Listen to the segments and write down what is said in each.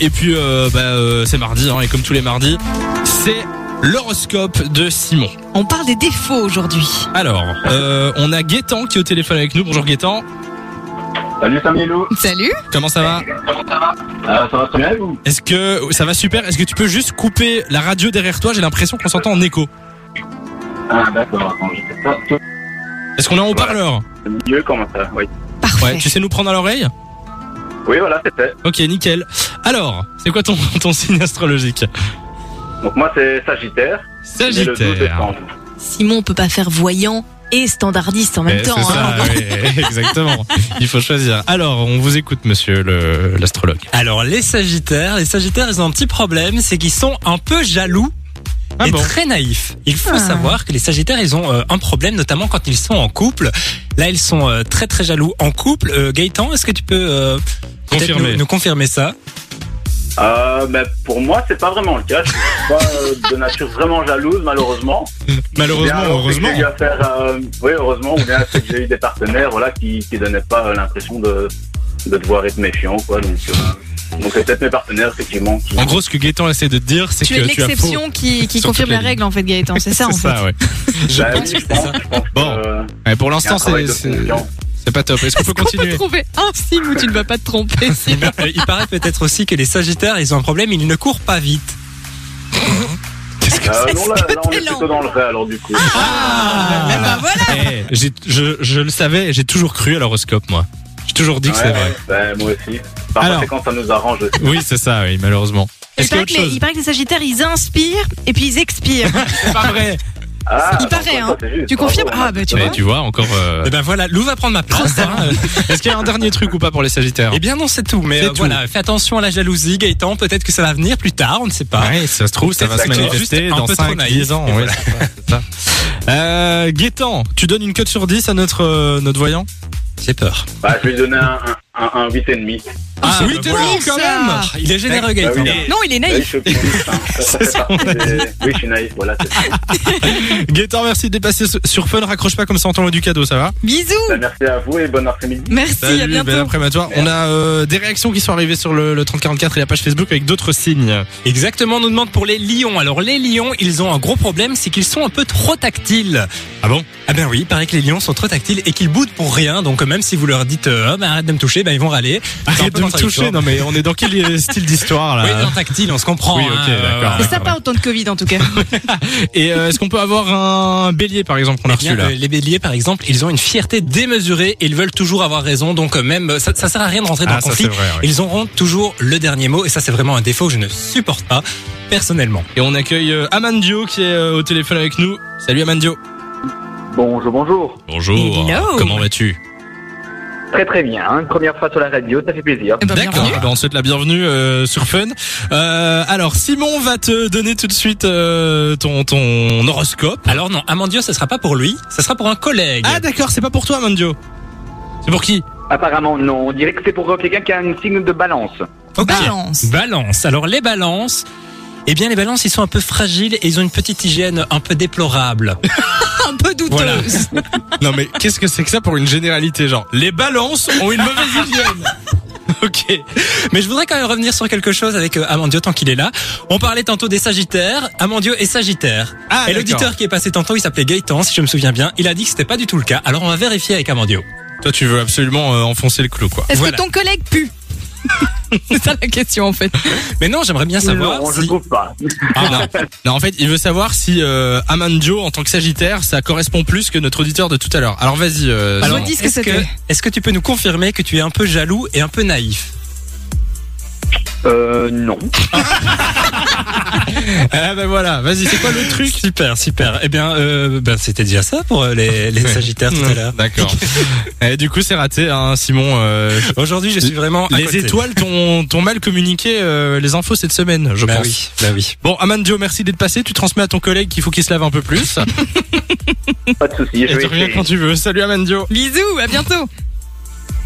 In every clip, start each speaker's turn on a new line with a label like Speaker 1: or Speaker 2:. Speaker 1: Et puis, euh, bah, euh, c'est mardi, hein, et comme tous les mardis, c'est l'horoscope de Simon.
Speaker 2: On parle des défauts aujourd'hui.
Speaker 1: Alors, euh, on a Gaëtan qui est au téléphone avec nous. Bonjour Gaëtan,
Speaker 3: Salut Samuelou,
Speaker 2: Salut
Speaker 1: comment ça va
Speaker 3: euh, ça va très bien et vous
Speaker 1: Est-ce que ça va super Est-ce que tu peux juste couper la radio derrière toi J'ai l'impression qu'on s'entend en écho.
Speaker 3: Ah d'accord, attends, j'étais pas tout
Speaker 1: Est-ce qu'on est en haut-parleur
Speaker 3: mieux comment ça, oui.
Speaker 2: Parfait.
Speaker 1: Ouais, tu sais nous prendre à l'oreille
Speaker 3: Oui voilà, c'était.
Speaker 1: Ok, nickel. Alors, c'est quoi ton, ton signe astrologique
Speaker 3: Donc moi c'est Sagittaire, né le 12
Speaker 1: Sagittaire.
Speaker 3: décembre.
Speaker 2: Simon peut pas faire voyant et standardiste en même
Speaker 1: Eh,
Speaker 2: temps.
Speaker 1: c'est
Speaker 2: hein.
Speaker 1: ça, oui, exactement. Il faut choisir. Alors, on vous écoute, monsieur le- l'astrologue.
Speaker 4: Alors les Sagittaires, les Sagittaires, ils ont un petit problème, c'est qu'ils sont un peu jaloux
Speaker 1: Ah
Speaker 4: et
Speaker 1: bon
Speaker 4: très naïfs. Il faut
Speaker 2: Ah.
Speaker 4: savoir que les Sagittaires, ils ont euh, un problème, notamment quand ils sont en couple. Là, ils sont euh, très très jaloux en couple. Euh, Gaëtan, est-ce que tu peux euh, peut-être
Speaker 1: Confirmer.
Speaker 4: Nous, nous confirmer ça
Speaker 3: Euh, ben, pour moi c'est pas vraiment le cas, je suis pas euh, de nature vraiment jalouse malheureusement.
Speaker 1: Malheureusement,
Speaker 3: Bien, on sait que
Speaker 1: heureusement.
Speaker 3: j'ai eu affaire à- euh, oui heureusement, ou bien c'est que j'ai eu des partenaires voilà, qui, qui donnaient pas euh, l'impression de, de devoir être méfiant quoi, donc... euh, Donc c'est peut-être mes partenaires effectivement qui...
Speaker 1: En gros, ce que Gaëtan essaie de te dire, c'est
Speaker 2: Tu
Speaker 1: que
Speaker 2: es
Speaker 1: tu as faux.
Speaker 2: l'exception qui, qui
Speaker 1: sur toutes
Speaker 2: confirme
Speaker 1: les
Speaker 2: la
Speaker 1: lignes.
Speaker 2: règle en fait, Gaëtan. C'est ça en
Speaker 1: C'est
Speaker 2: fait.
Speaker 1: ça, ouais. Je
Speaker 3: Bah,
Speaker 1: pense
Speaker 3: oui,
Speaker 1: que
Speaker 3: je
Speaker 1: c'est ça.
Speaker 3: pense- je pense que,
Speaker 1: Bon.
Speaker 3: euh,
Speaker 1: Ouais, pour
Speaker 3: il y a un
Speaker 1: l'instant,
Speaker 3: travail
Speaker 1: c'est
Speaker 3: de
Speaker 1: c'est-
Speaker 3: confiance.
Speaker 1: c'est pas top. Est-ce qu'on peut
Speaker 2: On peut
Speaker 1: continuer
Speaker 2: trouver un signe où tu ne vas pas te tromper.
Speaker 4: il,
Speaker 2: Simon.
Speaker 1: Euh,
Speaker 4: par- il paraît peut-être aussi que les Sagittaires, ils ont un problème, ils ne courent pas vite.
Speaker 1: Qu'est-ce que-
Speaker 3: Euh, non, là,
Speaker 2: que
Speaker 3: là, on
Speaker 2: t'es
Speaker 3: est
Speaker 2: lent.
Speaker 3: plutôt dans le vrai, alors du coup.
Speaker 2: Ah, Eh ben voilà.
Speaker 1: Eh, j'ai- je, je le savais, j'ai toujours cru à l'horoscope, moi. J'ai toujours dit que c'est
Speaker 3: Ouais,
Speaker 1: vrai.
Speaker 3: ben, moi aussi. Par
Speaker 1: Alors.
Speaker 3: conséquent, ça nous arrange aussi.
Speaker 1: Oui, c'est ça, oui, malheureusement.
Speaker 2: Il
Speaker 1: Est-ce qu'il y a
Speaker 2: paraît, que
Speaker 1: autre
Speaker 2: les,
Speaker 1: chose
Speaker 2: il paraît que les Sagittaires, ils inspirent et puis ils expirent.
Speaker 1: C'est pas vrai.
Speaker 3: Ah,
Speaker 2: Il paraît, hein.
Speaker 3: ça, c'est juste.
Speaker 2: tu confirmes
Speaker 3: Bravo,
Speaker 2: Ah bah tu
Speaker 1: Mais
Speaker 2: vois.
Speaker 1: tu vois, encore. euh,
Speaker 3: Eh
Speaker 4: Et ben voilà, Lou va prendre ma
Speaker 1: Ah,
Speaker 4: place. hein.
Speaker 1: Est-ce qu'il y a un dernier truc ou pas pour les Sagittaires
Speaker 4: Eh bien non, c'est tout. Mais
Speaker 1: C'est
Speaker 4: euh,
Speaker 1: tout.
Speaker 4: voilà, fais attention à la jalousie, Gaëtan. Peut-être que ça va venir plus tard, on ne sait pas.
Speaker 1: Ouais, ça se trouve, ça va se
Speaker 4: Peut-être que tu es
Speaker 1: manifester
Speaker 4: juste un
Speaker 1: dans
Speaker 4: peu trop
Speaker 1: 5
Speaker 4: naïf,
Speaker 1: 10 ans.
Speaker 4: et
Speaker 1: ouais,
Speaker 4: voilà.
Speaker 1: c'est ça. Euh, Gaëtan, tu donnes une cote sur 10 à notre, euh, notre voyant
Speaker 4: J'ai peur.
Speaker 3: hein. Bah, je vais lui donner un, un, un 8,5.
Speaker 4: Ah,
Speaker 1: oui,
Speaker 4: bah
Speaker 1: t'es
Speaker 4: voilà.
Speaker 1: bon,
Speaker 2: ça.
Speaker 4: Il est généreux, Gaëtan.
Speaker 3: Bah oui.
Speaker 2: Non, il est
Speaker 3: Oui, je
Speaker 2: naïf.
Speaker 3: suis optimiste, hein. Ça, ça fait partie des- Oui, je suis naïf, voilà. c'est ça.
Speaker 1: Gaëtan, merci de passer ce- sur Fun. Raccroche pas comme ça, on t'envoie du cadeau, ça va
Speaker 2: Bisous.
Speaker 3: Bah, merci à vous et bon après-midi.
Speaker 2: Merci, à
Speaker 1: Salut, bel
Speaker 2: bientôt.
Speaker 1: après-midi. On a euh, des réactions qui sont arrivées sur le, le 3044 et la page Facebook avec d'autres signes.
Speaker 4: Exactement, on nous demande pour les lions. Alors les lions, ils ont un gros problème, c'est qu'ils sont un peu trop tactiles.
Speaker 1: Ah bon
Speaker 4: Ah ben oui, il paraît que les lions sont trop tactiles et qu'ils boudent pour rien. Donc même si vous leur dites euh, Ah ben, arrête de me toucher, ben ils vont râler. C'est un
Speaker 1: Arrête
Speaker 4: peu
Speaker 1: de me
Speaker 4: contradictoire.
Speaker 1: toucher, non mais on est dans quel euh, style d'histoire
Speaker 4: Oui,
Speaker 1: là
Speaker 4: non, tactile, on se comprend.
Speaker 1: Oui,
Speaker 4: hein,
Speaker 1: ok,
Speaker 4: euh,
Speaker 1: d'accord.
Speaker 2: C'est sympa autant de Covid en tout cas.
Speaker 1: Et euh, est-ce qu'on peut avoir un bélier par exemple qu'on a
Speaker 4: Eh
Speaker 1: reçu
Speaker 4: bien,
Speaker 1: là
Speaker 4: euh, les béliers, par exemple, ils ont une fierté démesurée et ils veulent toujours avoir raison. Donc, euh, même, euh, ça, ça sert à rien de rentrer dans
Speaker 1: Ah
Speaker 4: le
Speaker 1: ça
Speaker 4: conflit.
Speaker 1: c'est vrai. oui.
Speaker 4: Ils auront toujours le dernier mot et ça, c'est vraiment un défaut que je ne supporte pas, personnellement.
Speaker 1: Et on accueille euh, Amandio qui est euh, au téléphone avec nous. Salut Amandio.
Speaker 5: Bonjour, bonjour.
Speaker 1: Bonjour.
Speaker 2: Hello.
Speaker 1: Comment vas-tu
Speaker 5: Très très bien, hein. première fois sur la radio, ça fait plaisir.
Speaker 2: Eh ben,
Speaker 1: D'accord.
Speaker 2: bienvenue.
Speaker 1: Eh ben, on te souhaite la bienvenue euh, sur Fun. Euh, alors Simon va te donner tout de suite euh, ton ton horoscope.
Speaker 4: Alors, non, Amandio, ce sera pas pour lui, ce sera pour un collègue.
Speaker 1: Ah d'accord, c'est pas pour toi Amandio. C'est pour qui
Speaker 5: Apparemment non, on dirait que c'est pour euh, quelqu'un qui a un signe de balance.
Speaker 4: Ok.
Speaker 2: Balance.
Speaker 4: Balance. Alors, les balances. Eh bien, les balances, ils sont un peu fragiles et ils ont une petite hygiène un peu déplorable.
Speaker 2: Un peu
Speaker 4: Voilà.
Speaker 2: douteuse.
Speaker 1: Non mais qu'est-ce que c'est que ça pour une généralité genre Les balances ont une mauvaise hygiène.
Speaker 4: ok. Mais je voudrais quand même revenir sur quelque chose avec euh, Amandio tant qu'il est là. On parlait tantôt des Sagittaires. Amandio est Sagittaire.
Speaker 1: Ah
Speaker 4: Et l'auditeur qui est passé tantôt, il s'appelait Gaëtan, si je me souviens bien. Il a dit que c'était pas du tout le cas. Alors on va vérifier avec Amandio.
Speaker 1: Toi tu veux absolument euh, enfoncer le clou quoi.
Speaker 2: Est-ce
Speaker 4: Voilà.
Speaker 2: que ton collègue pue C'est ça la question en fait.
Speaker 4: Mais non, j'aimerais bien savoir
Speaker 5: non, je
Speaker 4: si.
Speaker 5: trouve pas.
Speaker 1: Ah, non. non en fait il veut savoir si euh, Amandio en tant que Sagittaire ça correspond plus que notre auditeur de tout à l'heure. Alors vas-y. euh,
Speaker 2: Alors,
Speaker 1: Simon.
Speaker 2: redis ce que
Speaker 4: est-ce que,
Speaker 2: c'était.
Speaker 4: est-ce que tu peux nous confirmer que tu es un peu jaloux et un peu naïf
Speaker 5: Euh, non.
Speaker 1: Ah ben voilà, vas-y, c'est quoi le truc
Speaker 4: Super, super. Eh bien, euh, ben, c'était déjà ça pour euh, les, les
Speaker 1: Ouais.
Speaker 4: Sagittaires tout à l'heure.
Speaker 1: D'accord. Et du coup, c'est raté, hein, Simon. euh,
Speaker 4: Aujourd'hui, je suis vraiment. à
Speaker 1: les
Speaker 4: côté.
Speaker 1: étoiles t'ont t'ont mal communiqué euh, les infos cette semaine, je
Speaker 4: Bah
Speaker 1: pense.
Speaker 4: oui, bah oui.
Speaker 1: Bon, Amandio, merci d'être passé. Tu transmets à ton collègue qu'il faut qu'il se lave un peu plus.
Speaker 5: Pas de souci,
Speaker 1: Et
Speaker 5: je vais
Speaker 1: tu reviens
Speaker 5: essayer.
Speaker 1: quand tu veux. Salut Amandio.
Speaker 2: Bisous, à bientôt.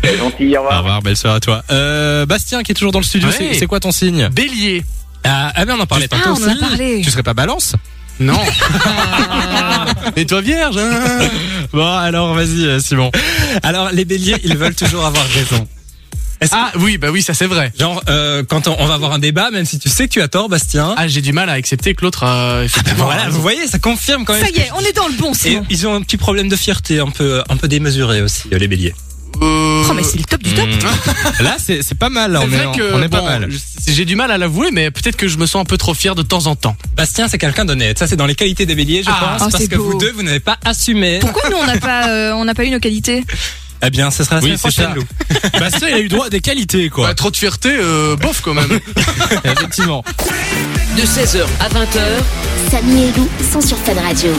Speaker 5: C'est gentil, au
Speaker 1: Au
Speaker 5: revoir.
Speaker 1: revoir, belle soirée à toi. Euh, Bastien, qui est toujours dans le studio,
Speaker 6: Ouais.
Speaker 1: c'est- c'est quoi ton signe
Speaker 6: Bélier.
Speaker 4: Ah, ah ben on en parlait
Speaker 2: Ah,
Speaker 4: tantôt.
Speaker 2: on en a parlé.
Speaker 1: Tu serais pas balance
Speaker 6: Non. Et toi vierge. hein
Speaker 1: Bon, alors vas-y, euh, Simon.
Speaker 4: Alors les béliers, ils veulent toujours avoir raison. Est-ce que-
Speaker 1: Ah oui, bah oui, ça c'est vrai.
Speaker 4: Genre, euh, quand on, on va avoir un débat, même si tu sais que tu as tort, Bastien.
Speaker 1: Ah, j'ai du mal à accepter que l'autre euh, effectivement, a
Speaker 4: voilà,
Speaker 1: raison.
Speaker 4: vous voyez, ça confirme quand même.
Speaker 2: Ça y est, on est dans le bon,
Speaker 4: Et
Speaker 2: Simon.
Speaker 4: ils ont un petit problème de fierté, un peu, un peu démesuré aussi, euh, les béliers.
Speaker 1: Euh,
Speaker 2: Oh, mais c'est le top du top.
Speaker 7: Mmh. Là, c'est c'est pas mal. Là,
Speaker 1: c'est
Speaker 7: on est,
Speaker 1: vrai
Speaker 7: en-
Speaker 1: que,
Speaker 7: on est pas
Speaker 1: bon,
Speaker 7: mal.
Speaker 1: je- J'ai du mal à l'avouer, mais peut-être que je me sens un peu trop fier de temps en temps.
Speaker 4: Bastien, c'est quelqu'un d'honnête. Ça, c'est dans les qualités des béliers, je
Speaker 1: Ah.
Speaker 4: pense,
Speaker 2: Oh,
Speaker 4: parce
Speaker 2: c'est
Speaker 4: que
Speaker 2: beau.
Speaker 4: vous deux, vous n'avez pas assumé.
Speaker 2: Pourquoi nous, on n'a pas, euh, on n'a pas eu nos qualités
Speaker 4: Eh bien, ce sera la
Speaker 7: Oui,
Speaker 4: semaine
Speaker 7: c'est
Speaker 4: prochaine,
Speaker 7: ça.
Speaker 4: Lou.
Speaker 7: Bastien, Bah, il a eu droit à des qualités, quoi.
Speaker 1: Bah, trop de fierté, euh, bof quand même.
Speaker 7: Effectivement.
Speaker 8: De 16h à 20h,
Speaker 9: Samy et Lou sont sur Fan Radio.